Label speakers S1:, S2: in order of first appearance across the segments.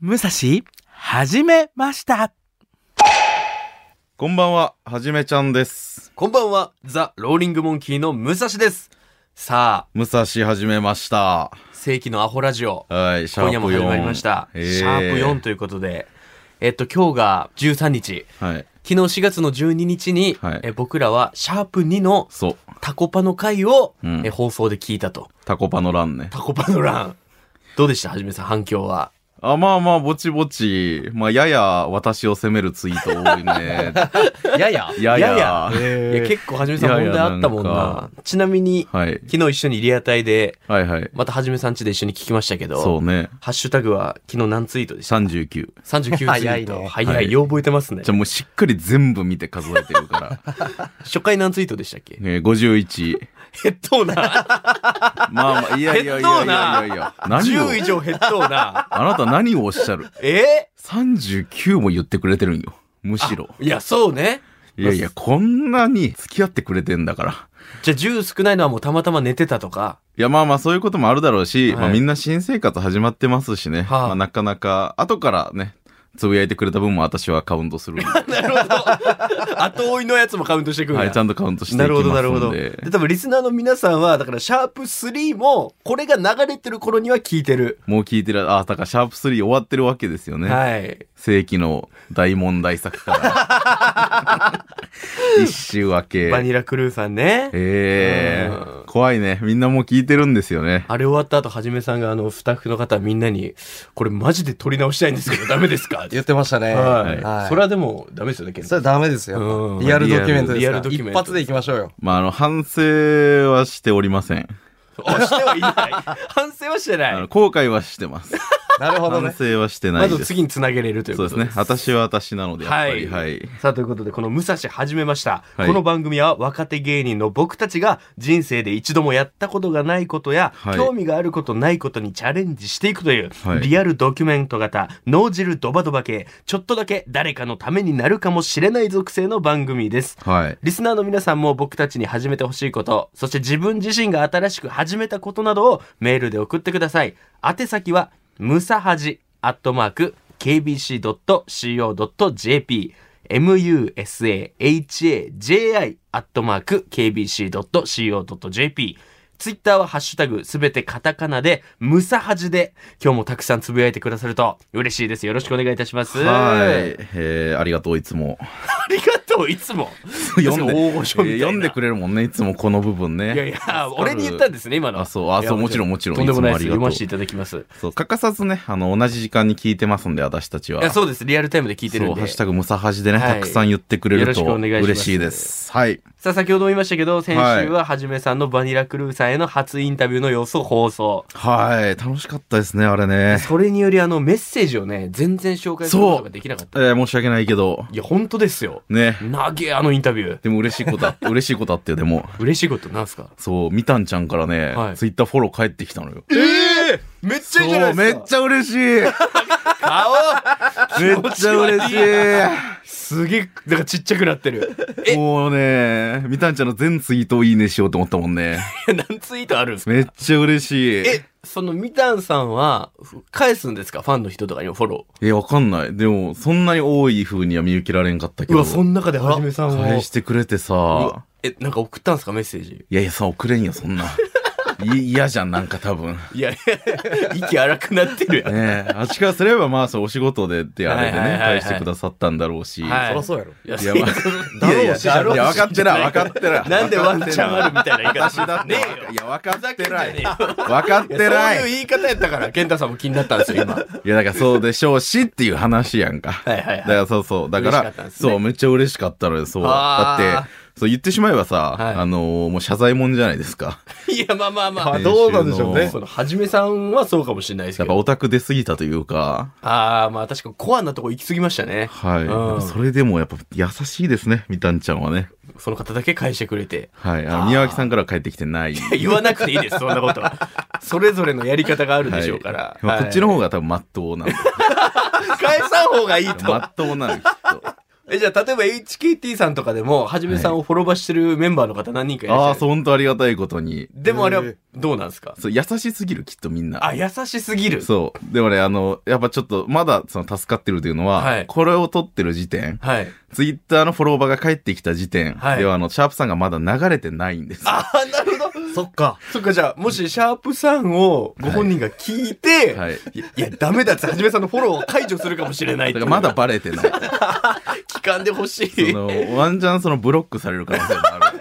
S1: 武蔵、始めました。
S2: こんばんは、はじめちゃんです。
S3: こんばんは、ザ・ローリング・モンキーの武蔵です。さ
S2: 武蔵始めました。
S3: あ、世紀のアホラジオ、
S2: はい、シャープ4。
S3: 今夜も始まりました。シ
S2: えー
S3: ャープ4ということで、えっと、今日が13日、
S2: はい、
S3: 昨日4月の12日に、
S2: はい
S3: え僕らはシャープ2の
S2: そう。
S3: タコパの回を、
S2: うん
S3: え放送で聞いたと。
S2: タコパの欄ね。
S3: タコパの欄。どうでしたはじめさん、反響は。
S2: あ、まあまあ、ぼちぼち。まあ、やや私を責めるツイート多い ね。
S1: やや。
S2: やや。
S3: ややいや、結構はじめさん
S2: いやい
S3: 問
S2: や
S3: 題あったもんな。
S2: なん
S3: ちなみに、
S2: はい。
S3: 昨日一緒にリアタイで、
S2: はいはい。
S3: またはじめさん家で一緒に聞きましたけど、
S2: そうね。
S3: ハッシュタグは昨日何ツイートでした
S2: 39。
S3: 39ツイ
S1: 早い
S3: ー
S1: ね
S3: ト。早い、
S2: はい
S3: よう覚えてますね
S2: じゃ。あもうしっかり全部見て数えてる から。
S3: 初回何ツイートでしたっけ
S2: えー、51。
S3: 減っとうな。
S2: まあまあ、いやいやいやいやいやいや。何を
S3: 10以、上減っとうな。
S2: あなた何をおっしゃる
S3: え
S2: ?39 も言ってくれてるんよ。むしろ。
S3: いや、そうね。
S2: いやいや、こんなに付き合ってくれてんだから。
S3: じゃあ10少ないのはもうたまたま寝てたとか。
S2: いや、まあまあ、そういうこともあるだろうし、
S3: はい
S2: まあみんな新生活始まってますしね。
S3: はあ
S2: まあなかなか、後からね、つぶやいてくれた分も私はカウントするんで。
S3: なるほど。 後追いのやつもカウントしてくる
S2: はい、ちゃんとカウントしていきま
S3: な
S2: す
S3: る
S2: ん
S3: ほ
S2: で。
S3: ど、なるほど。で、多分リスナーの皆さんは、だから、シャープ3も、これが流れてる頃には聞いてる。
S2: もう聞いてる、あ、だからシャープ3終わってるわけですよね。
S3: はい。
S2: 世紀の大問題作から。 一周明け。
S3: バニラクルーさんね。
S2: え
S3: う
S2: え
S3: ん
S2: 怖いね。みんなもう聞いてるんですよね。
S3: あれ終わった後、はじめさんが、あの、スタッフの方みんなに、これマジで撮り直したいんですけど、ダメです か
S4: 言ってましたね。
S3: はい。
S4: はい
S3: それはでも、ダメですよね、ケン
S4: そ
S3: さ
S4: れはダメです
S3: うん
S4: よ。リアルドキュメントです
S3: リア
S4: か
S3: ル
S4: ら。
S3: ドキュメン
S4: 一
S3: ト
S4: 発でいきましょうよ。
S2: まあ、あの、反省はしておりません。
S3: ん。してはい ない。反省はしてな
S2: あの
S3: い。
S2: 後悔はしてます。
S4: なるほど
S2: 反
S4: ね。
S2: 省はしてな
S3: ま
S2: い
S3: ず
S2: です。
S3: 次につなげれるという
S2: そ
S3: こ
S2: うで
S3: と
S2: すね。私は私なので、やっぱり、
S3: は
S2: はいい。
S3: さあ、ということで、この武蔵始めました。
S2: はい
S3: この番組は若手芸人の僕たちが人生で一度もやったことがないことや、
S2: はい
S3: 興味があることないことにチャレンジしていくという、
S2: はい
S3: リアルドキュメント型、脳汁ドバドバ系、ちょっとだけ誰かのためになるかもしれない属性の番組です。
S2: はい。
S3: リスナーの皆さんも僕たちに始めてほしいこと、そして自分自身が新しく始めたことなどをメールで送ってください。宛先は、ムサハジアットマーク、kbc.co.jp、musahaji アットマーク、kbc.co.jp、ツイッターはハッシュタグすべてカタカナで、ムサハジで、今日もたくさんつぶやいてくださると嬉しいです。よろしくお願いいたします。
S2: はい。えー、ありがとう、いつも。
S3: ありがとう、いつも。
S2: 読んで、
S3: 大御所みたいな
S2: えー読んでくれるもんね、いつもこの部分ね。
S3: いやいや、俺に言ったんですね、今のは。
S2: あ、そう、あ、そう、もちろん、もちろん。
S3: とんでもないです。
S2: つ
S3: 読
S2: もあ
S3: ま
S2: り
S3: せ
S2: が
S3: てい
S2: と
S3: ただきます。
S2: う。そう、欠かさずね、あの、同じ時間に聞いてますんで、私たちは。
S3: いや、そうです。リアルタイムで聞いてるん
S2: そう、
S3: で。
S2: ハッシュタグムサハジでね、
S3: はい
S2: たくさん言ってくれると
S3: よろしくお願いします
S2: 嬉しいです。はい。
S3: さあ、先ほども言いましたけど、先
S2: はい
S3: 週ははじめさんのバニラクルーさんへの初インタビューの様子を放 送。
S2: はい。楽しかったですね、あれね。
S3: それにより、あの、メッセージをね、全然紹介することができなかっ
S2: え
S3: た。
S2: ー、申し訳ないけど、
S3: いや、本当ですよ。
S2: ね。
S3: なげえ、あのインタビュー。
S2: でも嬉しいことあって、嬉しいことあってよ、でも。
S3: 嬉しいことなんすか
S2: そう、みたんちゃんからね、
S3: はい
S2: ツイッターフォロー返ってきたのよ。
S3: めっち
S2: そう、めっちゃ嬉しいめっちゃ嬉
S3: すげえ、なんかちっちゃくなって る。
S2: しいもうね、みたんちゃんの全ツイートをいいねしようと思ったもんね。
S3: え、何ツイートあるんですか
S2: めっちゃ嬉しい。
S3: え、そのみたんさんは、ふ返すんですかファンの人とかにもフォロ
S2: え、わかんない。でも、そんなに多い風には見受けられんかったけ
S3: ー。
S2: ど。
S3: の中ではじめさ
S2: 返してくれてさ、
S3: え、なんか送ったんすかメッセージ。
S2: いやいや、さ、送れんよ、そんな。い嫌じゃん、なんか多分。
S3: いや、いや息荒くなって るやん。
S2: ねえ、あっちからすれば、まあ、そう、お仕事でってあれで
S3: はいはいは
S2: ね、
S3: いはい
S2: 返してくださったんだろうし。
S3: はい
S4: そらそうやろ。
S3: いや
S2: いや、 まあ、いやいや、
S4: だろうしじゃない
S2: いや、分かってら、分かってら。
S3: なんでワンチャンあるみたいな言い方
S2: 私
S3: して
S2: だって
S3: ねえ
S2: わか
S3: よ
S2: い。や分かってない
S3: い
S2: 分
S3: や
S2: かっ
S3: い
S2: て
S3: や
S2: な
S3: そういう
S2: い
S3: 言い方やったから、健太さんも気になったんですよ、今。はい
S2: やだからそうでしょうしっていう話やんか
S3: いはい
S2: だか
S3: はい。
S2: らそうそうだか
S3: 嬉しかったん
S2: ら
S3: ですね
S2: そうめっちゃ嬉しかったのよそうだ
S3: あ
S2: っ
S3: ー
S2: てそう言ってしまえばさ
S3: はい
S2: あのーもう謝罪もんじゃないですか
S3: いや、まあまあまあ。
S4: あどうなんでしょうね
S2: 練習
S3: そ
S2: の
S3: の、はじめさんはそうかもしれないです
S2: や
S3: け
S2: っぱ
S3: ど。
S2: オタク出過ぎたというか
S3: ああ、まあ確かにコアなとこ行き過ぎましたね。
S2: はい
S3: うん
S2: やっぱそれでもやっぱ優しいですねみたんちゃんはね
S3: その方だけ返してくれて。
S2: はいあの宮脇さんからは帰ってきてない
S3: 言わなくていいです、そんなことは。それぞれのやり方がある でしょうから。
S2: まあこっちの
S3: 方
S2: 方が多分まっとうなんで
S3: 返さん方がいいと。
S2: まっとうなのきっと
S3: えじゃあ、例えば HKT さんとかでも、はじめさんをフォロバしてるメンバーの方何人かいらっしゃる。
S2: ああ、そう、本当ありがたいことに。
S3: でもあれは
S4: へえ
S3: どうなんですか
S2: そう優しすぎる、きっとみんな。
S3: あ、優しすぎる。
S2: そう。でもね、あの、やっぱちょっと、まだ、その、助かってるというのは、
S3: はい
S2: これを撮ってる時点、
S3: はい。
S2: ツイッターのフォロワーが帰ってきた時点、
S3: はい
S2: では、あの、シャープさんがまだ流れてないんです。
S3: あー、なるほど。
S4: そっか。
S3: そっか、じゃあ、もし、シャープさんをご本人が聞いて、
S2: はい。
S3: いや、いやダメだって、はじめさんのフォローを解除するかもしれない
S2: だからまだ
S3: って
S2: バレ てない。
S3: いう聞かんでほし
S2: そ
S3: い。
S2: の、ワンチャンその、ブロックされる可能性もある。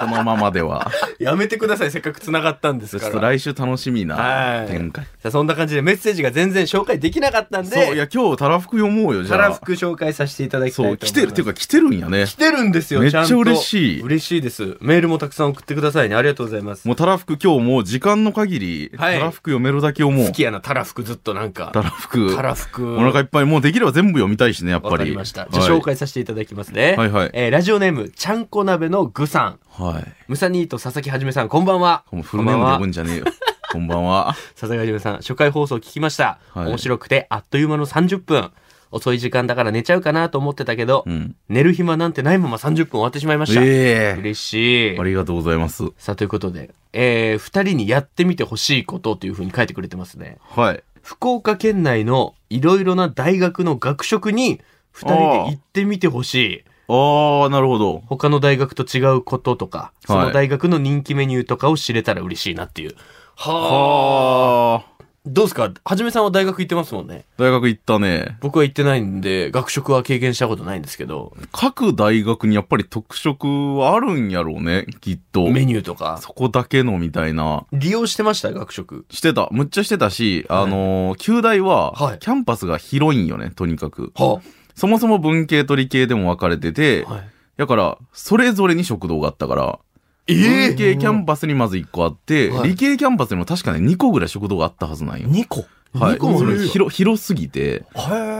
S2: このまま では。
S3: やめてください、せっかく繋がったんで
S2: ち
S3: す
S2: ょ
S3: か
S2: っ
S3: ら。
S2: と来週楽しみ
S3: は
S2: ない展開。
S3: さあそんな感じでメッセージが全然紹介できなかったんで、
S2: そう、いや、今日、たらふく読もうよ、じ
S3: た
S2: ゃ
S3: ら
S2: あ
S3: ふ。く紹介させていただきたいと
S2: そ、
S3: 思いうます。
S2: 来てる、っていうか来てるんやね
S3: 来。てるんですよ、
S2: めっちゃ
S3: ゃんと
S2: 嬉しい
S3: 嬉しいです。メールもたくさん送ってくださいね。ありがとうございます。
S2: もうたらふく今日もう時間の限り、
S3: はい
S2: たらふく読めるだけ読もう
S3: 好。きやな、たらふくずっとなんか。
S2: たらふく。
S3: たらふく。
S2: お腹いっぱい、もうできれば全部読みたいしね、やっぱり。
S3: わかりました。じゃあ
S2: はい
S3: 紹介させていただきますね。
S2: はいはい
S3: えーラジオネーム、ちゃんこ鍋のぐさん。
S2: はい。
S3: むさにーと佐々木はじめさん、こんばんは。
S2: もうフルネームで呼ぶ
S3: は。
S2: んじゃねえよ。こんばんは。
S3: 佐々木はじめさん、初回放送聞きました。
S2: はい
S3: 面白くて、あっという間の30分。遅い時間だから寝ちゃうかなと思ってたけど、
S2: うん。
S3: 寝る暇なんてないまま30分終わってしまいました。
S2: ええ
S3: 嬉しい
S2: あ。りがとうございます。
S3: さあ、ということで、えー、二人にやってみてほしいことというふうに書いてくれてますね。
S2: はい。
S3: 福岡県内のいろいろな大学の学食に二人で行ってみてほしい。
S2: ああ、なるほど。
S3: 他の大学と違うこととか、その大学の人気メニューとかを知れたら嬉しいなっていう。はあ。
S2: ああ。
S3: どうですかはじめさんは大学行ってますもんね。
S2: 大学行ったね。
S3: 僕は行ってないんで、学食は経験したことないんですけど、
S2: 各大学にやっぱり特色はあるんやろうね、きっと。
S3: メニューとか。
S2: そこだけのみたいな。
S3: 利用してました学食。
S2: してた。むっちゃしてたし、あのー、旧大は
S3: はい、
S2: キャンパスが広いんよね、とにかく。
S3: は
S2: そもそも文系と理系でも分かれてて、
S3: はい。
S2: だから、それぞれに食堂があったから、文系キャンパスにまず1個あって、
S3: はい
S2: 理系キャンパスにも確かね2個ぐらい食堂があったはずなんよ。
S3: 2個
S2: はい、
S3: 二個も
S2: そ
S3: あるんで
S2: れ
S3: すか
S2: 広広すぎて、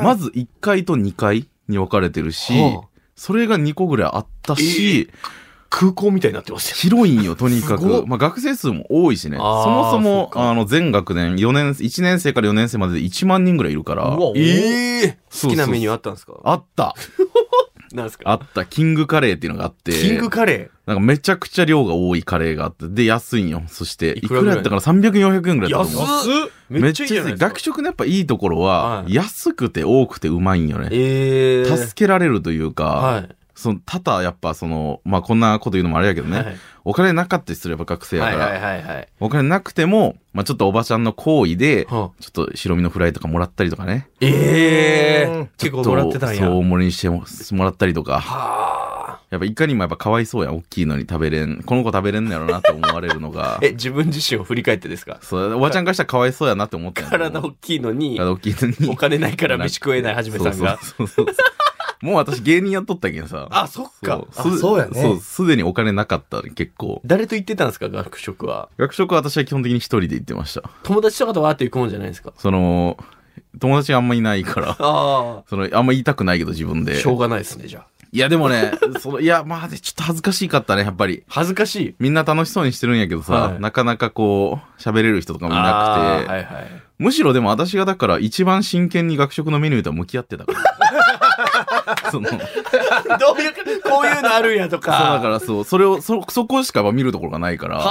S2: まず1階と2階に分かれてるし、
S3: はあ
S2: それが2個ぐらいあったし、
S3: 空港みたいになってますよ。
S2: 広いんよ、とにか
S3: すごっ
S2: く。まあ、学生数も多いしね。そ
S3: あー
S2: もそ
S3: そっ
S2: も、
S3: か
S2: あの、全学年、4年、1年生から4年生までで1万人ぐらいいるから。
S3: ええ
S2: そうそうそう
S3: 好きなメニューあったんですか
S2: あった。
S3: なんですか
S2: あった。キングカレーっていうのがあって。
S3: キングカレ
S2: なんかめちゃくちゃ量が多いカレーがあって、で、安いんよ。そして、
S3: い
S2: い
S3: く
S2: く
S3: らぐら
S2: ら
S3: い
S2: やったから300、400円
S3: ー
S2: ぐらいだったと思う。
S3: 安っめっちゃいいじゃないですか
S2: 学食のやっぱいいところは
S3: は、い
S2: 安くて多くてうまいんよね。
S3: ええ
S2: 助けられるというか、
S3: はい
S2: その、ただやっぱその、まあ、こんなこと言うのもあれやけどね、
S3: はい
S2: お金なかったりすれば学生や
S3: は
S2: か
S3: い
S2: ら、
S3: はいはいはい
S2: お金なくても、まあ、ちょっとおばちゃんの行為で、ちょ
S3: はあ
S2: っと白身のフライとかもらったりとかね。
S3: え
S4: う
S3: え
S4: ん
S3: 結構もらってたんや
S2: ちょっとそう、大盛りにしてももらったりとか。
S3: はあ
S2: やっぱいかにもやっぱかわいそうやん。大きいのに食べれん。この子食べれんのやろなと思われるのが
S3: 。え自分自身を振り返ってですか
S2: そう、おばちゃんからしたらかわいそうやなって思ったんやと思う
S3: 体大きいのに
S2: 体大きいのに。
S3: お金ないから飯食えないはじめさんが
S2: そうそうそうそうもう私芸人やっとったけんさ。
S3: あそっか
S2: そうす
S4: あそうやね
S2: そう、すでにお金なかったね、結構。
S3: 誰と行ってたんですか学食は
S2: 学食は私は基本的に一人で行ってました。
S3: 友達とかとわーって行くもんじゃないですか
S2: その、友達があんまいないから。
S3: あ
S2: その、あんま言いたくないけど自分
S3: あ
S2: で。
S3: しょうがないですねじゃあ
S2: いやでも ね、その、いや、まあね、ちょっと恥ずかしかったね、やっぱり。
S3: 恥ずかしい
S2: みんな楽しそうにしてるんやけどさ、
S3: はい
S2: なかなかこう、喋れる人とかもいなく
S3: あ
S2: て、
S3: ーはいはい
S2: むしろでも私がだから一番真剣に学食のメニューと向き合ってたから。 その、そう
S3: どういう、こういうのあるんやとか。
S2: だからそう、それを、そ、そこしかやっぱ見るところがないから、
S3: は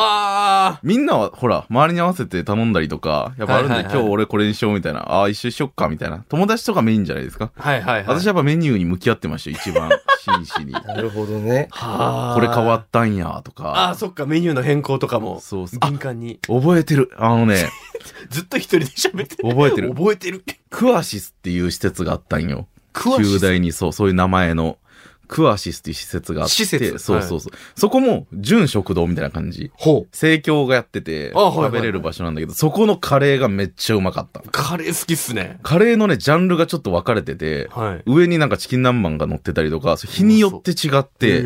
S3: あ。
S2: みんなはほら、周りに合わせて頼んだりとか、やっぱあるんで、
S3: はいはいはい
S2: 今日俺これにしようみたいな、ああ、一緒にしよっかみたいな。友達とかメインじゃないですか。
S3: はいはいはい。
S2: 私やっぱメニューに向き合ってました、 一番真摯に。
S4: なるほどね。。
S3: はあ。
S2: これ変わったんや、とか。
S3: ああ、そっか、メニューの変更とかも。
S2: そうそう。あ
S3: 敏感に。
S2: 覚えてる。あ のね、
S3: ずっと一人で喋ってる。
S2: 覚えてる。
S3: 覚えてる。
S2: クアシスっていう施設があったんよ。
S3: 詳しい
S2: 旧大にそう、そういう名前の、クアシスっていう施設があって。
S3: 施設
S2: そうそうそう。そこも、純食堂みたいな感じ。
S3: ほ
S2: 生協がやってて、
S3: あはいはいはい
S2: 食べれる場所なんだけど、そこのカレーがめっちゃうまかった
S3: う。。カレー好きっすね。
S2: カレーのね、ジャンルがちょっと分かれてて、
S3: はい。
S2: 上になんかチキン南蛮が乗ってたりとか、日によって違って、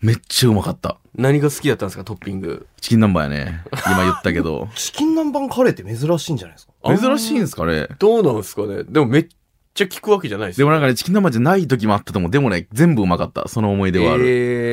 S2: めっちゃうまかった。
S3: 何が好きだったんですか、トッピング。
S2: チキン南蛮やね。今言ったけど
S4: チキン南蛮カレーって珍しいんじゃないですか
S3: あん
S2: 珍しいんすかね
S3: どうなんですかね。でもめっちゃ聞くわけじゃないです
S2: で
S3: よ。
S2: もなんかね、チキン南蛮じゃない時もあったと思う。でもね、全部うまかった。その思い出はある。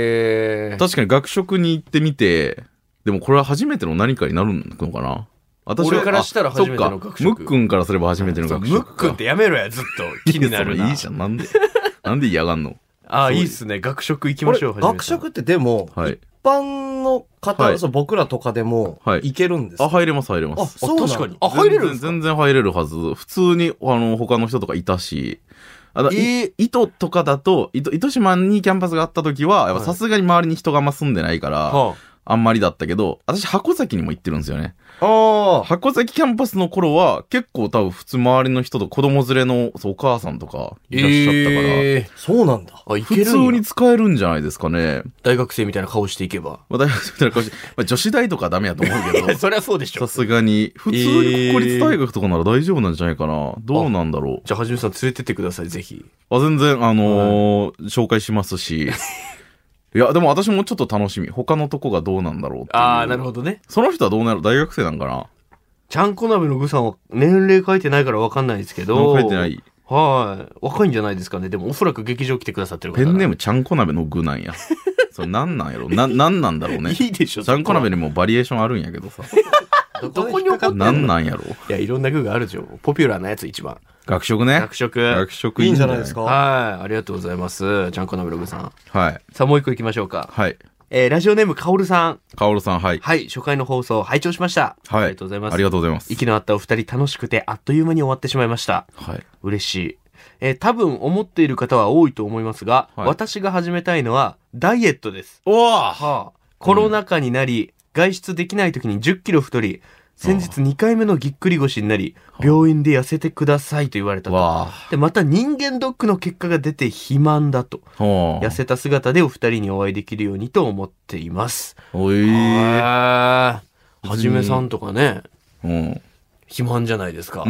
S3: えー。
S2: 確かに学食に行ってみて、でもこれは初めての何かになるのかな私
S3: 俺からしたら初めての学食
S2: そっかムックンからすれば初めての学食
S3: ム
S2: か。
S3: ックンってやめろや、ずっと。気になる
S2: いやそれ
S3: な。
S2: いいじゃん、なんで。 なんで嫌がんの
S3: ああ、
S2: そう
S3: いいっすね。学食行き
S4: こ
S3: ま
S4: れ
S3: しょう。はじめさん
S4: 学食ってでも、
S2: はい。
S4: 一般の方、
S2: はい
S4: そう僕らとかでも、
S2: はい
S4: いけるんですか、
S2: あ、入れます、入れま
S4: あ
S2: す。
S4: そうなんだ
S3: 確かに。あ、入れるん
S2: 全
S3: です
S2: 然全然入れるはず。普通に、あの、他の人とかいたし。あだい
S3: えー
S2: 糸とかだと、糸、糸島にキャンパスがあった時は、やっ
S3: はい
S2: ぱさすがに周りに人があんま住んでないから、
S3: は
S2: あんまりだったけど、私箱崎にも行ってるんですよね。
S4: ああ。
S2: 箱崎キャンパスの頃は、結構多分普通周りの人と子供連れのそうお母さんとか
S3: あ
S2: いらっしゃったから、
S3: え
S4: そうなんだ。
S3: ーあ、行け
S2: 普
S3: る
S2: 通
S3: んや
S2: に使えるんじゃないですかね。
S3: 大学生みたいな顔していけば。、
S2: まあ、大学生みたいな顔して、まあ、女子大とかはダメやと思うけど
S3: そりゃそうでし
S2: さすがに、普通に国立大学とかなら大丈夫なんじゃないかな。どうなんだろ
S3: じゃあ、はじめさん連れてってください、ぜひ。
S2: う。あ全然、あのー紹介します し。いや、でも私もちょっと楽しみ。他のとこがどうなんだろうっていう。
S3: ああ、なるほどね。
S2: その人はどうなる大学生なんかな
S3: ちゃんこ鍋の具さんは年齢書いてないからわかんないですけど。
S2: 書いてな。い。
S3: はい。若いんじゃないですかね。でも、おそらく劇場来てくださってる方
S2: ペンネー
S3: ム
S2: ムちゃんこ鍋の具なん や。それなんなんやろな、なんなんだろうね。
S3: いいでしょ。
S2: ちゃんこ鍋
S3: の。
S2: にもバリエーションあるんやけどさ。
S3: どこに怒ってんの
S2: なんなんやろ
S3: いや、いろんな具があるでしょ。ポピュラーなやつ一番。
S2: 学食ね
S3: 学。食。
S2: 学食
S4: いいんじゃないですか
S3: はい。ありがとうございます。ちゃんこ鍋の具さん。
S2: はい。
S3: さあ、もう一個行きましょうか。
S2: はい。
S3: えー、ラジオネームかおるさん。
S2: カオルさん、はい。
S3: はい。初回の放送、拝聴しました。
S2: はい。
S3: ありがとうございます。
S2: ありがとうございます。
S3: 息の合ったお二人楽しくてあっという間に終わってしまいました。
S2: はい。
S3: 嬉しい。えー多分思っている方は多いと思いますが、
S2: はい
S3: 私が始めたいのはダイエットです。
S2: おー
S3: はあ、コロナ禍になり、外出できない時に10キロ太り、先日2回目のぎっくり腰になり、病院で痩せてくださいと言われたと。
S2: わあ。
S3: で、また人間ドックの結果が出て肥満だと。
S2: ほ
S3: 痩
S2: う
S3: せた姿でお二人にお会いできるようにと思っています。
S2: おい
S3: へえ
S2: ー。
S3: はじめさんとかね、
S2: うん。
S3: 肥満じゃないですか。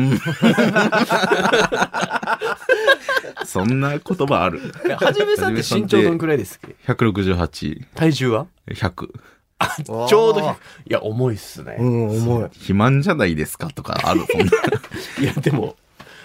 S2: そんな言葉ある。
S3: はじめさんって身長どんくらいですか
S2: 168、
S3: 体重は
S2: 100。
S3: ちょ
S4: わあ
S3: うど100、いや、重いっすね
S4: う。ん、重い。
S2: 肥満じゃないですかとかある。そん な
S3: いや、でも、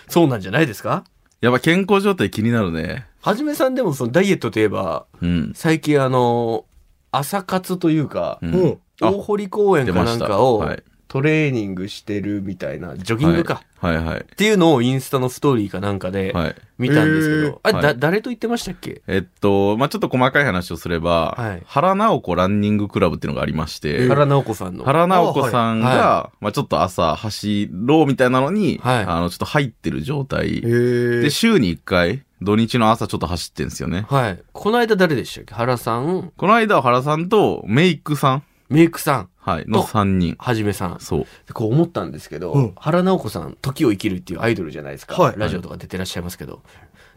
S3: そうなんじゃないですか
S2: やっぱ健康状態気になるね。
S3: はじめさんでも、そのダイエットといえば、
S2: うん。
S3: 最近あの、朝活というか、
S2: う。
S4: うんん。
S2: あ
S3: 大堀公園かなんか
S2: 出
S3: を
S2: ましたはい
S3: トレーニングしてるみたいな、ジョギングか。っ
S2: はいはい
S3: ていうのをインスタのストーリーかなんかで
S2: はい。はい。
S3: 見たんですけど、
S4: へー
S3: あれ、だ
S2: はい
S3: 誰と言ってましたっけ
S2: えっと、まあ、ちょっと細かい話をすれば、
S3: はい
S2: 原直子ランニングクラブっていうのがありまして、
S3: 原直子さんの。
S2: 原直子さんが、
S3: あはい
S2: まあ、ちょっと朝走ろうみたいなのに、
S3: はい
S2: あの、ちょっと入ってる状態。
S4: へ
S2: で、
S4: え。
S2: 週に1回、土日の朝ちょっと走ってんですよね。
S3: はい。この間誰でしたっけ原さん、
S2: この間は原さんとメイクさん、
S3: メイクさん、
S2: はい、の
S3: と
S2: 3人。
S3: はじめさん。
S2: そう。
S3: でこう思ったんですけど、
S4: うん
S3: 原直子さん「時を生きる」っていうアイドルじゃないですか、
S4: はい
S3: ラジオとか出てらっしゃいますけど、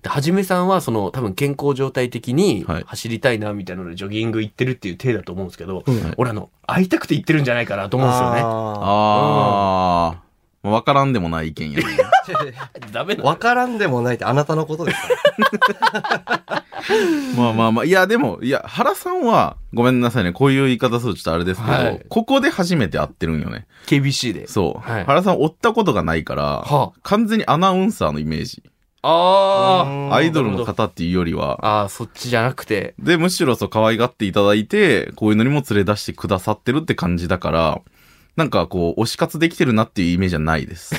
S3: ではじめさんはその多分健康状態的に
S2: はい
S3: 走りたいなみたいなのでジョギング行ってるっていう体だと思うんですけど、
S4: うん
S3: 俺あの会いたくて行ってるんじゃないかなと思うんですよね
S4: あ
S2: あー。わからんでもない意見 やね。
S3: ダメ
S4: ー
S3: なの
S4: わからんでもないってあなたのことですから。
S2: まあまあまあ。いや、でも、いや、原さんは、ごめんなさいね。こういう言い方するとちょっとあれですけど、
S3: はい
S2: ここで初めて会ってるんよね。
S3: KBC で
S2: そう。
S3: はい
S2: 原さん追ったことがないから、
S3: は
S2: 完全にアナウンサーのイメージ。
S3: あ
S4: うん
S2: アイドルの方っていうよりは
S3: あ、ああそっちじゃなくて
S2: で、むしろそう可愛がっていただいて、こういうのにも連れ出してくださってるって感じだから、なんかこう、推し活できてるなっていうイメージはない です。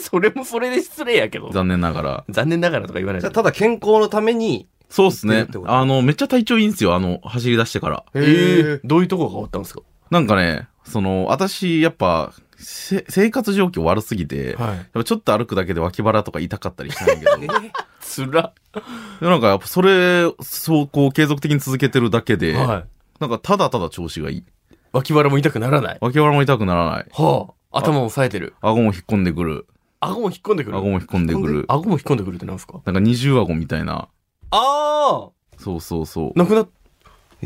S3: それもそれで失礼やけど
S2: 残念ながら。
S3: 残念ながらとか言わない
S4: じ
S3: で
S4: ゃあ、ただ健康のために。
S2: そうっす
S4: 言っ
S2: ね
S4: てるってこ。と
S2: あの、めっちゃ体調いいんですよ。あの、走り出してから。
S3: えー、どういうとこが変わったんですか
S2: なんかね、その、私、やっぱ、せ生活状況悪すぎて、やっ
S3: はい
S2: ぱちょっと歩くだけで脇腹とか痛かったりしたんだけど、で
S3: つら
S2: もなんかやっぱそれ、そうこう継続的に続けてるだけで、
S3: はい
S2: なんかただただ調子がいい。
S3: 脇腹も痛くならない
S2: 脇腹も痛くならない。
S3: はあ頭も押さえてる
S2: 顎も引っ込んでくる。
S3: 顎も引っ込んでくる
S2: 顎も引っ込んでくる。
S3: 顎も引っ込んでくるってなんですか
S2: なんか二重顎みたいな。
S3: あ
S2: そうそうそ
S3: あなくなっ
S2: う。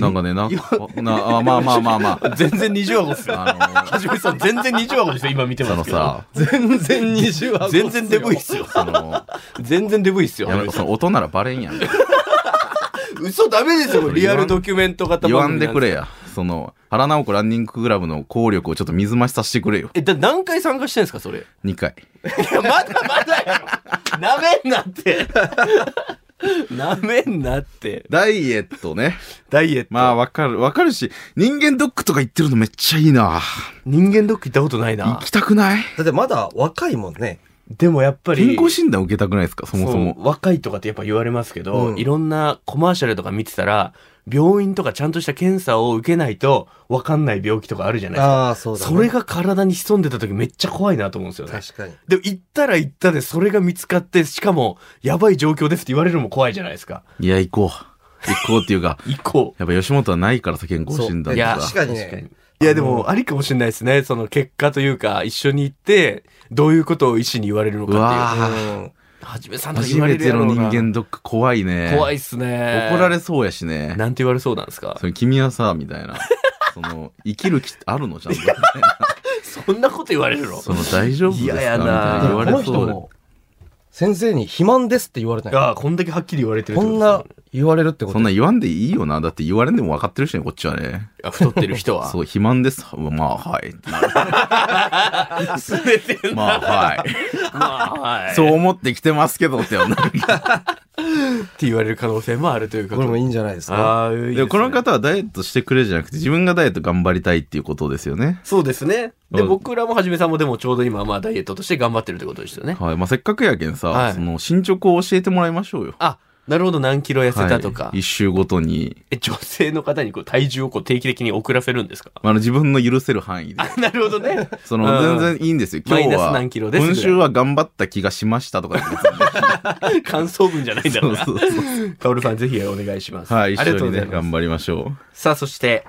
S2: なんかね、な、なあまあまあまあ まあ。
S3: 全然二重顎っすよ。
S2: あ
S3: はじめさん、全然二重顎ですよ、今見て
S2: の、そ
S3: ま
S2: の
S3: すけど。
S2: さ、
S4: 全然二重は。
S3: 全然デブいっすよ。
S2: その、
S3: 全然デブいっすよ。
S2: やめろその音ならバレんやん。
S3: 嘘ダメですよ、これリアルドキュメント型
S2: 言わ
S3: 番組
S2: んでくれや。その、原直子ランニングクラブの効力をちょっと水増しさせてくれよ。
S3: え、だ、何回参加してんですか、それ。い
S2: 2回。
S3: や、まだまだやろ。なめんなって。なめんなって。
S2: ダイエットね。
S3: ダイエット。
S2: まあわかる、わかるし、人間ドックとか行ってるのめっちゃいいな。
S3: 人間ドック行ったことない
S2: 行
S3: な。
S2: きたくない
S4: だってまだ若いもんね。
S3: でもやっぱり。
S2: 健康診断受けたくないですかそもそも
S3: そう若いとかってやっぱ言われますけど、
S4: うん
S3: いろんなコマーシャルとか見てたら、病院とかちゃんとした検査を受けないと分かんない病気とかあるじゃないですか。
S4: ああ、そうだ、ね。
S3: それが体に潜んでた時めっちゃ怖いなと思うんですよね。
S4: 確かに。
S3: でも行ったら行ったでそれが見つかって、しかもやばい状況ですって言われるのも怖いじゃないですか。
S2: いや行こう行こうっていうか
S3: 行こ
S2: やっぱ吉本はないからさ健康診断
S4: そう
S3: い
S2: と
S3: や
S2: か
S4: 確か
S3: う。
S4: に
S3: 確か
S4: ね。
S3: に。いやで
S4: あ
S3: もありかもしれないですね。その結果というか、一緒に行って、どういうことを医師に言われるのかっていう
S2: わ
S3: う。
S2: あ
S4: うん
S3: はじめさんとか
S2: 初
S3: 言われ
S2: め
S3: るや
S2: て
S3: ろ
S2: の
S3: う
S2: 人
S3: な
S2: 間ドック怖いね
S3: 怖いっすね。
S2: 怒られそうやしね
S3: なんて言われそうなんですか
S2: それ君はさみたいなその生きる気あるのちゃんとみたい
S3: そんなこと言われる
S2: な
S3: の
S2: その大丈夫ですか
S3: 嫌やな
S2: みたい
S3: あ
S2: 言わ
S4: この
S2: れ
S4: 人
S2: そう
S4: も、先生に肥満ですって言われたんや
S3: ああ、こんだけはっきり言われてるっ
S4: こ
S3: てと
S4: んな言われるってこと
S2: そんな言わんでいいよなだって言われんでも分かってるしねこっちはね
S3: あ太ってる人は。
S2: そう肥満ですうわまあはい ってなる
S3: すべての。
S2: まあはい
S3: まあ、はい。
S2: そう
S3: っ
S2: 思ってきてますけどってな る
S3: て言われる可能性もあるというこ。
S4: ことれもいいんじゃないですか。
S3: ああ、いいですね
S2: でもこの方はダイエットしてくれじゃなくて自分がダイエット頑張りたいっていうことですよね。
S3: そうですね。で、
S2: うん
S3: 僕らもはじめさんもでもちょうど今、まあ、ダイエットとして頑張ってるってことですよね。
S2: はい。まあ、せっかくやけんさ、
S3: はい
S2: その進捗を教えてもらいましょうよ。
S3: あ、なるほど、何キロ痩せたとか。
S2: はい一周ごとに、
S3: え、女性の方にこう体重をこう定期的に遅らせるんですか
S2: まああの、自分の許せる範囲で。
S3: なるほど ね。
S2: その、
S3: うん
S2: 全然いいんですよ。今日
S3: マイナス
S2: は、
S3: 何キロですぐら
S2: 今
S3: い
S2: 週は頑張った気がしましたとか
S3: 感想文じ ゃないんだ
S2: 言
S3: か
S2: っ
S3: ら。
S2: てたそうそうそう
S3: カオルさん、ぜひお願いします。
S2: はい。
S3: あり
S2: 一
S3: がと
S2: 緒
S3: う
S2: に
S3: ござ
S2: ね、
S3: います。
S2: 頑張りましょ
S3: さあ、そして、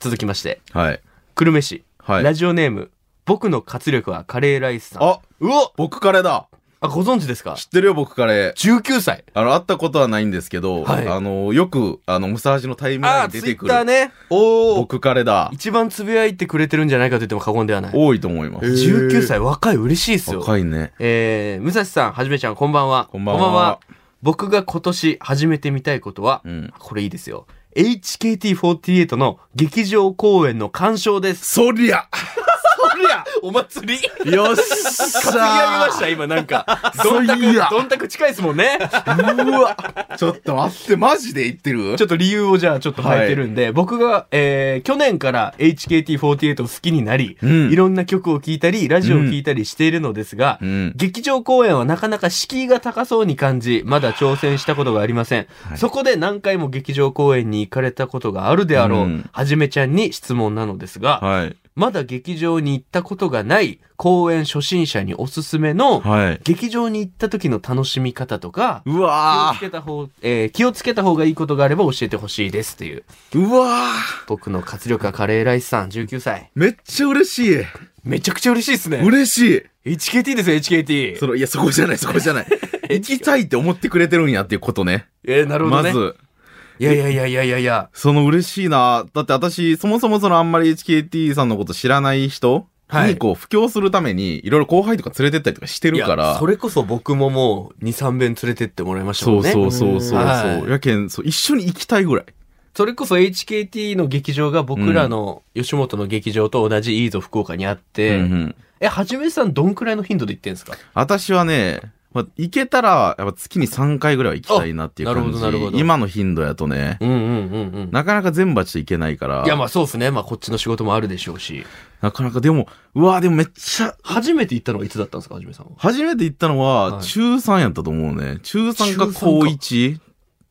S3: 続きまして、
S2: う。はい。
S3: 久留米市。
S2: はい
S3: ラジオネーム、僕の活力はカレーライスさん。
S2: あ
S3: うお
S2: 僕カレーだ
S3: あ、ご存知ですか
S2: 知ってるよ、僕カレー。
S3: ?19 歳。
S2: あの、会ったことはないんですけど、
S3: はい
S2: あの、よく、あの、ムサージのタイムライ
S3: あ
S2: ン
S3: ー、
S2: に出
S3: ツイ
S2: てく
S3: ッ
S2: る。
S3: ターね。
S2: お僕カレーだ。
S3: 一番つぶやいてくれてるんじゃないかと言っても過言ではない。
S2: 多いと思います。
S3: 19歳、若い、嬉しいですよ。
S2: 若いね。
S3: えー、武蔵さん、はじめちゃん、こんばんは。
S2: こんばんは
S3: 僕が今年始めてみたいことは、
S2: うん
S3: これいいですよ。HKT48 の劇場公演の鑑賞です。
S2: そりゃ
S3: そりゃお祭り
S2: よ
S3: 担ぎ上げ
S2: っし
S3: ました、今なんか。どんたく、
S2: そりゃ
S3: どんたく近いですもんね。
S2: うわちょっと待って、マジで言ってる
S3: ちょっと理由をじゃあちょっと変えてるんで、僕が、えー去年から HKT48 を好きになり、
S2: うん
S3: いろんな曲を聴いたり、ラジオを聴いたりしているのですが、
S2: うん
S3: 劇場公演はなかなか敷居が高そうに感じ、まだ挑戦したことがありません。そこで何回も劇場公演に行かれたことがあるであろう、
S2: うん
S3: はじめちゃんに質問なのですが、
S2: はい。
S3: まだ劇場に行ったことがない公演初心者におすすめの、
S2: はい。
S3: 劇場に行った時の楽しみ方とか、
S2: う
S3: 気を
S2: わ
S3: つけた方、えー気をつけた方がいいことがあれば教えてほしいですっていう。
S2: うわ
S3: 僕の活力はカレーライスさん、19歳。
S2: めっちゃ嬉しい。
S3: めちゃくちゃ嬉しいですね。
S2: 嬉し
S3: HKT ですよ、
S2: い。
S3: HKT
S2: そ。の、いや、そこじゃない、そこじ ゃない。行きたいって思ってくれてるんやっていうことね。
S3: えー、なるほど
S2: ま
S3: ね。
S2: ず、
S3: いやいやいやいやいやいや。
S2: その嬉しいなだって私、そもそもそのあんまり HKT さんのこと知らない人
S3: はい
S2: にこう、布教するために、いろいろ後輩とか連れてったりとかしてるか
S3: い
S2: ら。
S3: やそれこそ僕ももう、2、3遍連れてってもらいました
S2: そ
S3: もん
S2: う
S3: ね。
S2: そうそうそうそう。
S3: はい
S2: やけん、そう、一緒に行きたいぐらい。
S3: それこそ HKT の劇場が僕らの吉本の劇場と同じいいぞ福岡にあって、
S2: うんうん
S3: え、はじめさんどんくらいの頻度で行ってんですか
S2: 私はね、まあ、行けたら、やっぱ月に3回ぐらいは行きたいなっていう
S3: あなる
S2: 感
S3: ほどなるほど
S2: じ。今の頻度やとね、
S3: うんうんうんうん。
S2: なかなか全場所行けないから、
S3: いやまあそうですね。まあこっちの仕事もあるでしょうし。
S2: なかなかでも、うわーでもめっちゃ、
S3: 初めて行ったのはいつだったんですかはじめさんは。
S2: 初めて行ったの
S3: は
S2: は、
S3: い
S2: 中3やったと思うね。中3か
S3: 中三か
S2: 高 1?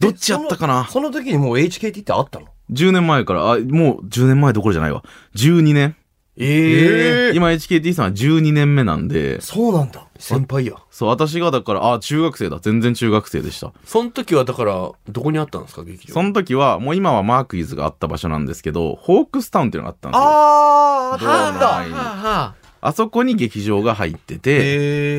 S2: どっちやったかな
S4: その時にもう HKT ってあったの
S2: ?10 年前から、あ、もう10年前どころじゃないわ。12年。
S3: ええ
S2: 今 HKT さんは12年目なんで、
S4: そうなんだ。
S3: 先輩や。
S2: そう、私がだから、あ、中学生だ。全然中学生でした。
S3: その時はだから、どこにあったんですか劇
S2: そ
S3: 場。
S2: の時は、もう今はマークイズがあった場所なんですけど、ホークスタウンっていうのがあったんですよ。
S4: あ
S2: ーあった
S3: はあはあ。
S2: あそこに劇場が入ってて、
S4: へ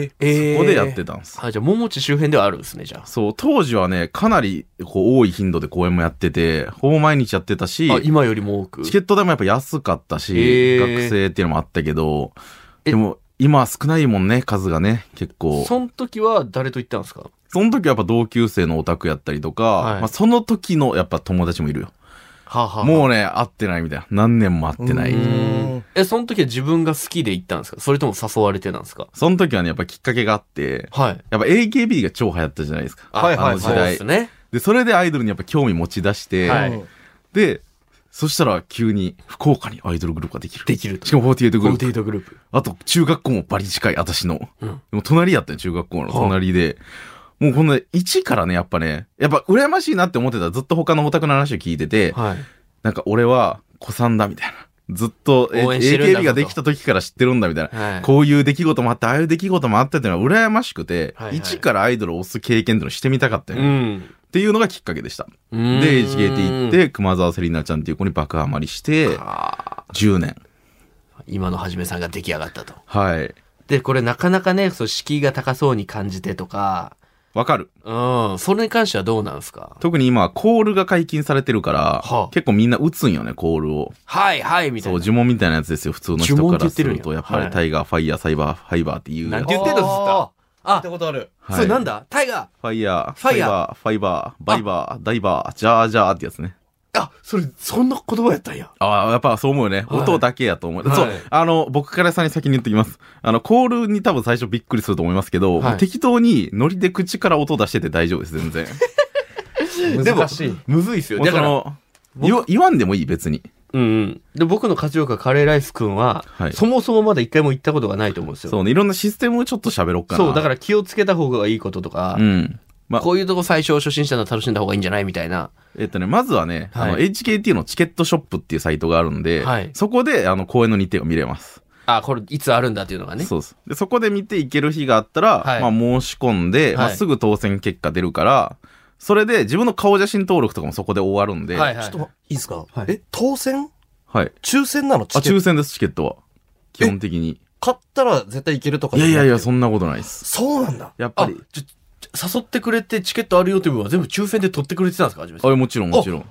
S4: え。
S3: ええ
S2: そこでやってたんです。
S3: あ、じゃあ、桃地周辺ではあるんですね、じゃあ。
S2: そう、当時はね、かなりこう多い頻度で公演もやってて、ほぼ毎日やってたし、
S3: あ、今よりも多く。
S2: チケット代もやっぱ安かったし、
S3: へー
S2: 学生っていうのもあったけど、
S3: え
S2: でも今は少ないもんね、数がね、結構。
S3: その時は誰と行ったんですか
S2: その時はやっぱ同級生のオタクやったりとか、
S3: はい
S2: まあ、その時のやっぱ友達もいるよ。
S3: はあ、はあ、う。
S2: もうね、会ってないみたいな。何年も会ってな
S4: う
S2: い。
S3: ん。え、その時は自分が好きで行ったんですかそれとも誘われてなんですか
S2: その時はね、やっぱきっかけがあって、
S3: はい。
S2: やっぱ AKB が超流行ったじゃないですか。
S3: あ
S4: はいはい
S2: はい
S3: あの時代そうですね。
S2: で、それでアイドルにやっぱ興味持ち出して、
S3: はい
S4: うん
S2: で、そしたら急に福岡にアイドルグループができる。
S3: できると
S2: しかも48グ
S3: コ
S2: ルー
S3: ンテ。
S2: プ
S3: ートグループ。
S2: あと中学校もバリ近い、私の。
S3: うん
S2: でも隣やったよ、中学校の隣で。もうこの1からね、やっぱね、やっぱ羨ましいなって思ってたずっと他のオタクの話を聞いてて、
S3: はい。
S2: なんか俺は子さんだみたいな。ずっとえ
S3: 応援してるんだぞ
S2: AKB
S3: と
S2: ができた時から知ってるんだみたいな。
S3: はい
S2: こういう出来事もあって、ああいう出来事もあってっていうのは羨ましくて、
S3: はいはい
S2: 一からアイドルを推す経験っていうのをしてみたかったよ、
S3: うん。
S2: っていうのがきっかけでした。
S3: で、
S2: で、HKT 行っ、て、熊沢セリナちゃんっていう子に爆ハマりして、10年。
S3: 今のはじめさんが出来上がったと。
S2: はい。
S3: で、これなかなかね、そう敷居が高そうに感じてとか、
S2: わかる。
S3: うん、それに関してはどうなんですか
S2: 特に今、コールが解禁されてるから、
S3: はあ
S2: 結構みんな打つんよね、コールを。
S3: はいはい、みたい
S2: そう、
S3: な。
S2: 呪文みたいなやつですよ、普通の人
S3: 呪文っ
S2: か
S3: て言
S2: ら
S3: って
S2: す
S3: るんや
S2: ると。やっぱり、
S3: はい
S2: タイガー、ファイヤー、サイバー、ファイバーっていう
S3: な
S2: や
S3: ん
S2: つ。
S3: て言ってんのずっと。あ、
S4: ことある。
S2: はい
S3: それなんだタイガー
S2: ファイヤー、
S3: ファイヤ
S2: ー、ファイバー、バイバー、ダイバー、ジャージャーってやつね。
S3: あ、それ、そんな言葉やったんや。
S2: ああ、やっぱそう思うよね。
S3: はい
S2: 音だけやと思う。
S3: はい
S2: そう。あの、僕からさんに先に言ってきます。あの、コールに多分最初びっくりすると思いますけど、
S3: はい
S2: 適当にノリで口から音出してて大丈夫です、全然。
S4: 難しい。
S3: むずいっすよ。
S2: も う
S3: だ
S2: そ
S3: から、
S2: の、言わ言わんでもいい、別に。
S3: うんうん。で、僕の活力はカレーライスくんは、
S2: はい
S3: そもそもまだ一回も行ったことがないと思うんですよ。
S2: そうね。いろんなシステムをちょっと喋ろうかな。
S3: そう、だから気をつけた方がいいこととか、
S2: うん。まあ、
S3: こういうとこ最初初心者の楽しんだ方がいいんじゃないみたいな。
S2: えっとね、まずはね、あの、
S3: はい
S2: HKT のチケットショップっていうサイトがあるんで、
S3: はい
S2: そこで、あの、公演の日程を見れます。
S3: あ、これいつあるんだっていうのがね。
S2: そうです。で、そこで見ていける日があったら、
S3: はい
S2: まあ、申し込んで、まあ、
S3: はい
S2: すぐ当選結果出るから、それで自分の顔写真登録とかもそこで終わるんで、
S3: はい
S4: ちょ
S3: は
S4: っと、
S3: い。
S4: いいですか
S3: はい
S4: え、当選
S2: はい。
S4: 抽選なの
S2: あ、
S4: チケ
S2: 抽
S4: ット
S2: 選です、チケットは。基本的に。
S4: 買ったら絶対いけるとか
S2: いやいやいや、
S4: そ
S2: そんなことないです。
S4: そうなんだ。
S2: やっぱ
S3: あ
S2: り。、
S3: ちょ、ちょ誘ってくれてチケットあるよっていう分は全部抽選で取ってくれてたんですかはじめさ
S2: あ
S3: ん
S2: れもちろんもちろん。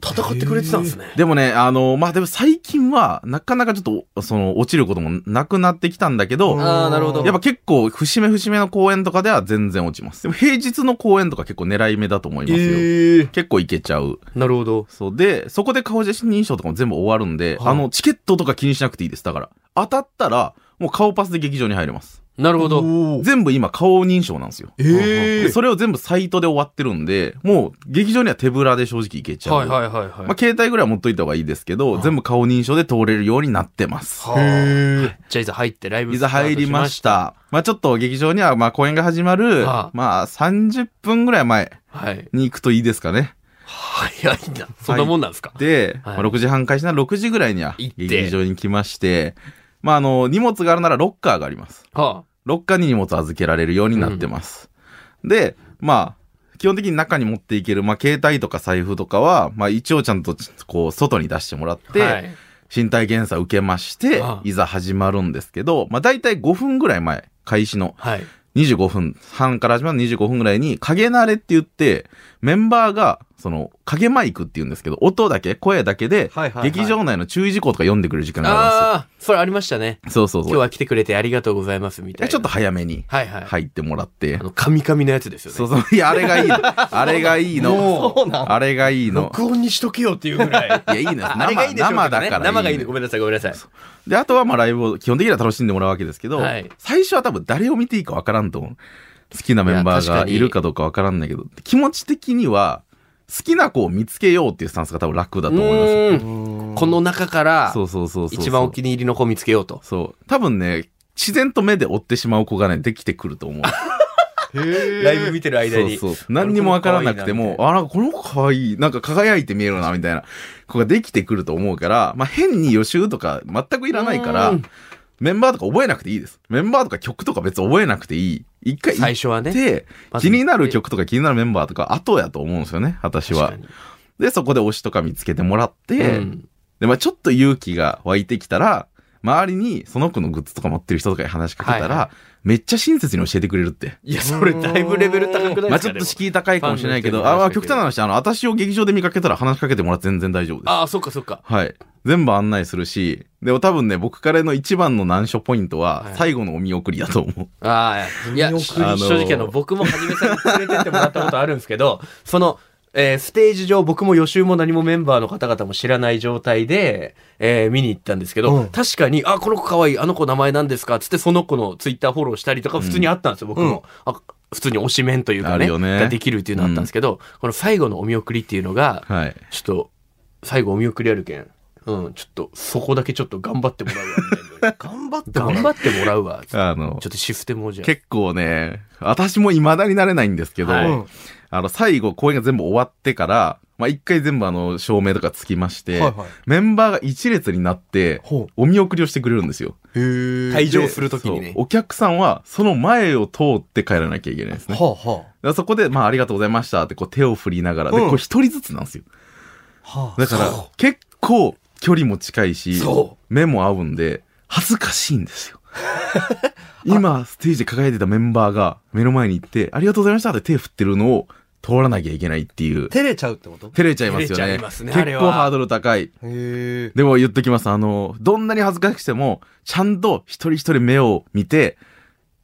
S3: 戦ってくれてたんですね。
S2: でもね、あの、まあ、でも最近は、なかなかちょっと、その、落ちることもなくなってきたんだけど、や
S3: あーなるほど
S2: っぱ結構、節目節目の公演とかでは全然落ちます。でも平日の公演とか結構狙い目だと思いますよ。
S3: ええ
S2: 結構いけちゃう。
S3: なるほど。
S2: そうで、そこで顔写真認証とかも全部終わるんで、
S3: はい
S2: あの、チケットとか気にしなくていいです。だから、当たったら、もう顔パスで劇場に入れます。
S3: なるほど。
S2: 全部今、顔認証なんですよ。
S3: え
S2: でそれを全部サイトで終わってるんで、もう劇場には手ぶらで正直いけちゃう。
S3: はいはいはいはい。
S2: まあ、携帯ぐらいは持っといた方がいいですけど、全部顔認証で通れるようになってます。
S3: はあじゃあいざ入ってライブ
S2: いざ入りま
S3: ス
S2: し
S3: ター
S2: た。まあ、ちょっと劇場には、まあ、公演が始まる、
S3: はあ
S2: まあ、30分ぐらい前
S3: トしました。はい。
S2: に行くといいですかね。
S3: 早いんだ。そんなもんなんですか
S2: で、
S3: はい
S2: まあ、6時半開始なら6時ぐらいには
S3: 行って
S2: 劇場に来まして、まあ、あの、荷物があるならロッカーがあります。
S3: は
S2: ロッカーに荷物預けられるようになってます。で、まあ、基本的に中に持っていける、まあ、携帯とか財布とかは、まあ、一応ちゃんと、こう、外に出してもらっ
S3: あ。
S2: て、
S3: はい
S2: 身体検査受けまして
S3: ああ、
S2: いざ始まるんですけど、まあ、大体5分ぐらい前、開始の
S3: はい。
S2: 25分、半から始まる25分ぐらいに、影慣れって言って、メンバーが、その、影マイクって言うんですけど、音だけ、声だけで
S4: はいはいは、い
S2: 劇場内の注意事項とか読んでくる時間がありま
S3: ああ、それありましたね。
S2: す。そうそう
S3: 今日
S2: そう。
S3: は来てくれてありがとうございますみたい
S2: え
S3: な。
S2: ちょっと。早めに
S3: はいはい。
S2: 入ってもらって
S3: あ。の、カミカミのやつですよね。
S2: そうそう。いや、あれが いいの。あれがいいの。
S4: そうなん
S2: あれがいいの。
S3: 録音にしとけよっていうぐらい。
S2: いや、いいのよ。
S3: あれがいい
S2: 生、
S3: んでしょうけどね
S2: 生だから。
S3: 生がいい
S2: の
S3: の。ごめんなさい、ごめんなさい。
S2: で、あとはまあライブを基本的には楽しんでもらうわけですけど、
S3: はい
S2: 最初は多分誰を見ていいかわからんと思う。好きなメンバ
S3: い
S2: ー
S3: や確
S2: が
S3: かに
S2: いるかどうかわからんだけど、気持ち的には好きな子を見つけようっていうスタンスが多分楽だと思います。
S3: うーんこの中から、
S2: そうそうそうそう。
S3: 一番お気に入りの子見つけようと。
S2: そう。多分ね、自然と目で追ってしまう子がね、できてくると思う。
S3: ライブ見てる間
S2: そう
S3: に。
S2: そう。何にもわからなくても、あ、なんかこの子可愛い、なんか輝いて見えるな、みたいな子ができてくると思うから、まあ変に予習とか全くいらないから
S3: うん、
S2: メンバーとか覚えなくていいです。メンバーとか曲とか別に覚えなくていい。一回
S3: 最
S2: 行
S3: 初は
S2: っ
S3: ね。
S2: て、
S3: まず
S2: 気になる曲とか気になるメンバーとか後やと思うんですよね、私は
S3: 確。か
S2: で、そこで推しとか見つけてもらって、
S3: にうん
S2: で、まあちょっと勇気が湧いてきたら、周りにその子のグッズとか持ってる人とかに話しかけたら、
S3: はいは
S2: めっちゃ親切に教えてくれるって。
S3: いや、それだいぶレベル高くない
S2: ま
S3: で
S2: あ
S3: す
S2: ち
S3: か
S2: ょっ
S3: で
S2: と
S3: も
S2: 敷居高いかもしれないけ
S3: フ
S2: ど、
S3: ァン
S2: あ
S3: の人に話しか
S2: まあ
S3: ける
S2: 極端な話、あの、私を劇場で見かけたら 話しかけてもらって全然大丈夫です。
S3: ああ、そっかそっか。
S2: はい。全部案内するし、でも多分ね、僕からの一番の難所ポイントは
S3: はい、
S2: 最後のお見送りだと思 う。
S3: ああ、いや、
S4: 見
S3: し
S4: 送
S2: り
S3: 正直あ
S2: あ
S3: の、
S2: の
S3: 僕もはじめさんに連れてってもらったことあるんですけど、その、えーステージ上僕も予習も何もメンバーの方々も知らない状態で、えー見に行ったんですけど、
S4: うん
S3: 確かに、あ、この子可愛い、あの子名前なんですかつってその子のツイッターフォローしたりとか普通にあったんですよ、僕も。あ普通に推しメンというか
S2: ある
S3: ね、
S2: よね
S3: ができるっていうのあったんですけど、この最後のお見送りっていうのが、
S2: はい。
S3: ちょっと、最後お見送りあるけん。うん、ちょっと、そこだけちょっと頑張ってもらうわ、み たいな
S4: 頑張っても
S3: 頑
S4: らう
S3: 張ってもらうわ、つって
S2: あの
S3: ちょっとシフトもじゃ
S2: 結構ね、私も未だになれないんですけど、
S3: はい
S2: あの、最後公演が全部終わってから、まあ、一回全部あの、照明とかつきまして、
S4: はいはい
S2: メンバーが一列になって、
S4: ほう
S2: お見送りをしてくれるんですよ。
S3: 退場するときにね
S2: でそうお客さんは、その前を通って帰らなきゃいけないんですね。だか
S4: はあは
S2: らそこで、まあ、ありがとうございましたって、こう、手を振りながら、で、
S4: うん
S2: こう、一人ずつなんですよ。
S4: あはあ
S2: だから
S4: そ、
S2: 結構、距離も近いし
S4: そ、
S2: 目も合うんで、恥ずかしいんで すよ。今、ステージで輝いてたメンバーが、目の前に行って、ありがとうございましたって手振ってるのを、通らなきゃいけないっていう
S4: う。照れちゃうってこと
S2: 照れちゃいますよね。
S3: 照れちゃいますねあれ
S2: 結
S3: は
S2: 構ハードル高い。
S4: へえ
S2: でも言っときます。あの、どんなに恥ずかしくても、ちゃんと一人一人目を見て、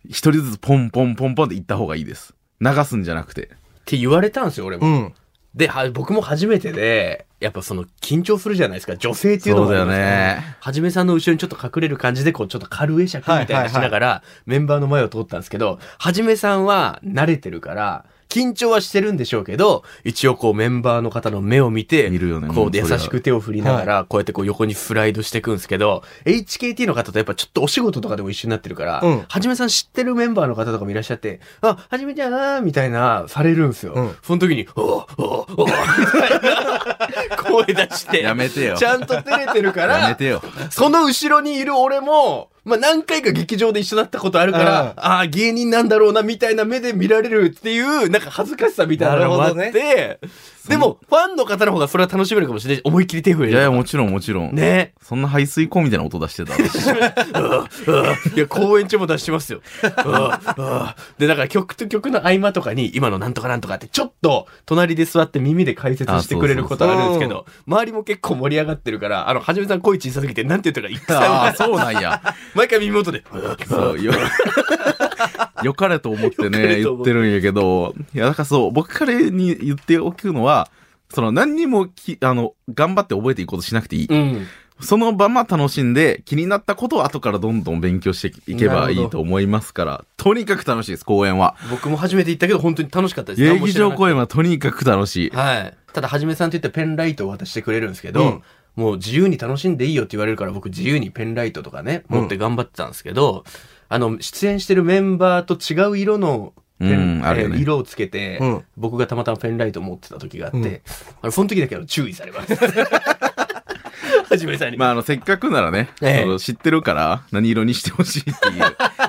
S2: 一人ずつポンポンポンポンって行った方がいいです。流すんじゃなくて。
S3: って言われたんですよ、俺も。
S4: うん
S3: で、は僕も初めてで、やっぱその緊張するじゃないですか、女性っていうのもありますから
S2: そうだよね。
S3: はじめさんの後ろにちょっと隠れる感じで、こうちょっと軽会釈みたいなしながら、メンバーの前を通ったんですけど、はじめさんは慣れてるから、緊張はしてるんでしょうけど、一応こうメンバーの方の目を見て、
S2: 見るよね
S3: こ
S2: も
S3: う
S2: うそれ
S3: 優
S2: は
S3: しく手を振りながら、こうやってこう横にスライドしていくんですけど、HKT の方とやっぱちょっとお仕事とかでも一緒になってるから、
S4: うん
S3: はじめさん知ってるメンバーの方とかもいらっしゃって、あ、はじめちゃんなーみたいな、されるんですよ。
S4: うん
S3: その時に、おおおおみたいな 声出して、
S2: やめてよ
S3: ちゃんと照れてるから、
S2: やめてよ。
S3: その後ろにいる俺も、まあ、何回か劇場で一緒だったことあるから、
S4: うん
S3: ああ、芸人なんだろうな、みたいな目で見られるっていう、なんか恥ずかしさみたいなのもあって、
S4: なるほ
S3: でも、ファンの方の方がそれは楽しめるかもしれないし思いっきり手振れ
S2: い
S3: る。
S2: やいや、もちろんもちろん。
S3: ね。
S2: そんな排水口みたいな音出してた。私
S3: いや、公演中も出してますよ。で、だから曲と曲の合間とかに、今のなんとかなんとかって、ちょっと隣で座って耳で解説してくれることあるんですけど、周りも結構盛り上がってるから、あの、はじめさん声小さすぎて、なんて言ったか一回も
S2: ああ、そうなんや。
S3: 毎回耳元で、
S2: そう、よ、 よかれと思って
S3: よかれ
S2: ね、
S3: と
S2: 言
S3: 思
S2: っ
S3: って
S2: てるんやけど、いや、だからそう、僕からに言っておくのは、その何にもき、あの、頑張って覚えていくことしなくていい。
S3: うん。
S2: その場ま楽しんで、気になったことを後からどんどん勉強していけばいいと思いますから、とにかく楽しいです、公演は。
S3: 僕も初めて行ったけど、本当に楽しかったです。何も
S2: 劇
S3: 知ら
S2: 場
S3: なくて
S2: 公演はとにかく楽しい。
S3: はい。ただ、はじめさんって言ったらペンライトを渡してくれるんですけど、もう自由に楽しんでいいよって言われるから、僕自由にペンライトとかね、持って頑張ってたんですけど、あの、出演してるメンバーと違う色のペン、
S2: うんあるよね
S3: えー色をつけて、
S4: うん
S3: 僕がたまたまペンライト持ってた時があって、
S4: うん
S3: あのその時だけは注意され ます。はじめさんに。
S2: まあ、あの、せっかくならね、
S3: ええ
S2: その知ってるから、何色にしてほし いっていう。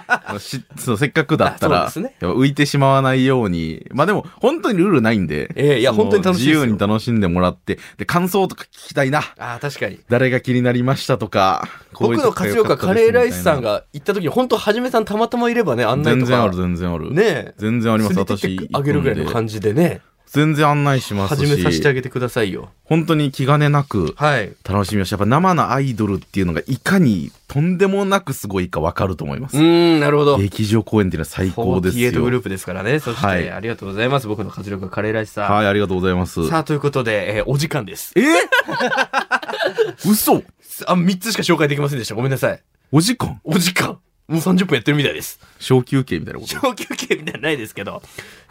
S2: あのしそうせっかくだったら、
S3: あそうですね
S2: やっぱ浮いてしまわないように。まあでも、本当にルールないんで。
S3: ええいや
S2: その
S3: 本当に楽しいですよ
S2: 自由に楽しんでもらって、で、感想とか聞きたいな。
S3: ああ、確かに。
S2: 誰が気になりましたとか。こう
S3: 僕
S2: いう
S3: の
S2: とこが
S3: 活
S2: 良
S3: 用
S2: か
S3: か
S2: った
S3: カ
S2: です
S3: レーライスさん
S2: みたい
S3: が行った時、本当はじめさんたまたまいればね、案
S2: な。
S3: 内と
S2: 全然あ
S3: か。
S2: る、全然ある。
S3: ねえ。
S2: 全然あります、
S3: 連れて
S2: 私
S3: って。あげるぐらいの
S2: じ。
S3: 感じでね。
S2: 全然案内します
S3: 始めさせてあ
S2: し、
S3: げてくださいよ。
S2: 本当に気兼ねなく
S3: はい。
S2: 楽しみました。やっぱ生のアイドルっていうのがいかにとんでもなくすごいかわかると思います
S3: う。ーん、なるほど。
S2: 劇場公演っていうのは最高です
S3: 48グル
S2: よ。
S3: ープですからね。そして、
S2: はい
S3: ありがとうございます。僕の活力はカレーライスさん。
S2: はい、ありがとうございます。
S3: さあ、ということで、えーお時間です。
S2: え嘘
S3: あ、3つしか紹介できませんでした。ごめんなさい。
S2: お時間
S3: お時間。もう30分やってるみたいです。
S2: 小休憩みたいなこと
S3: 小休憩みたいなのないですけど。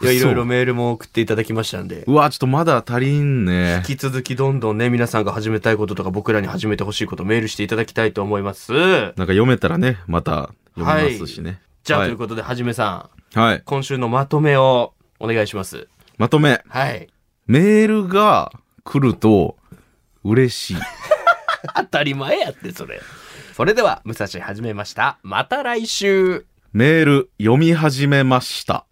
S3: いや、
S2: 嘘
S3: いろいろメールも送っていただきましたんで。
S2: うわ、ちょっとまだ足りんね。
S3: 引き続きどんどんね、皆さんが始めたいこととか、僕らに始めてほしいことメールしていただきたいと思います。
S2: なんか読めたらね、また読みますしね。
S3: じゃあ、
S2: はい
S3: ということで、はじめさん、
S2: はい。
S3: 今週のまとめをお願いします。
S2: まとめ、
S3: はい。
S2: メールが来ると嬉しい。
S3: 当たり前やってそれそれでは武蔵始めましたまた来週
S2: メール読み始めました。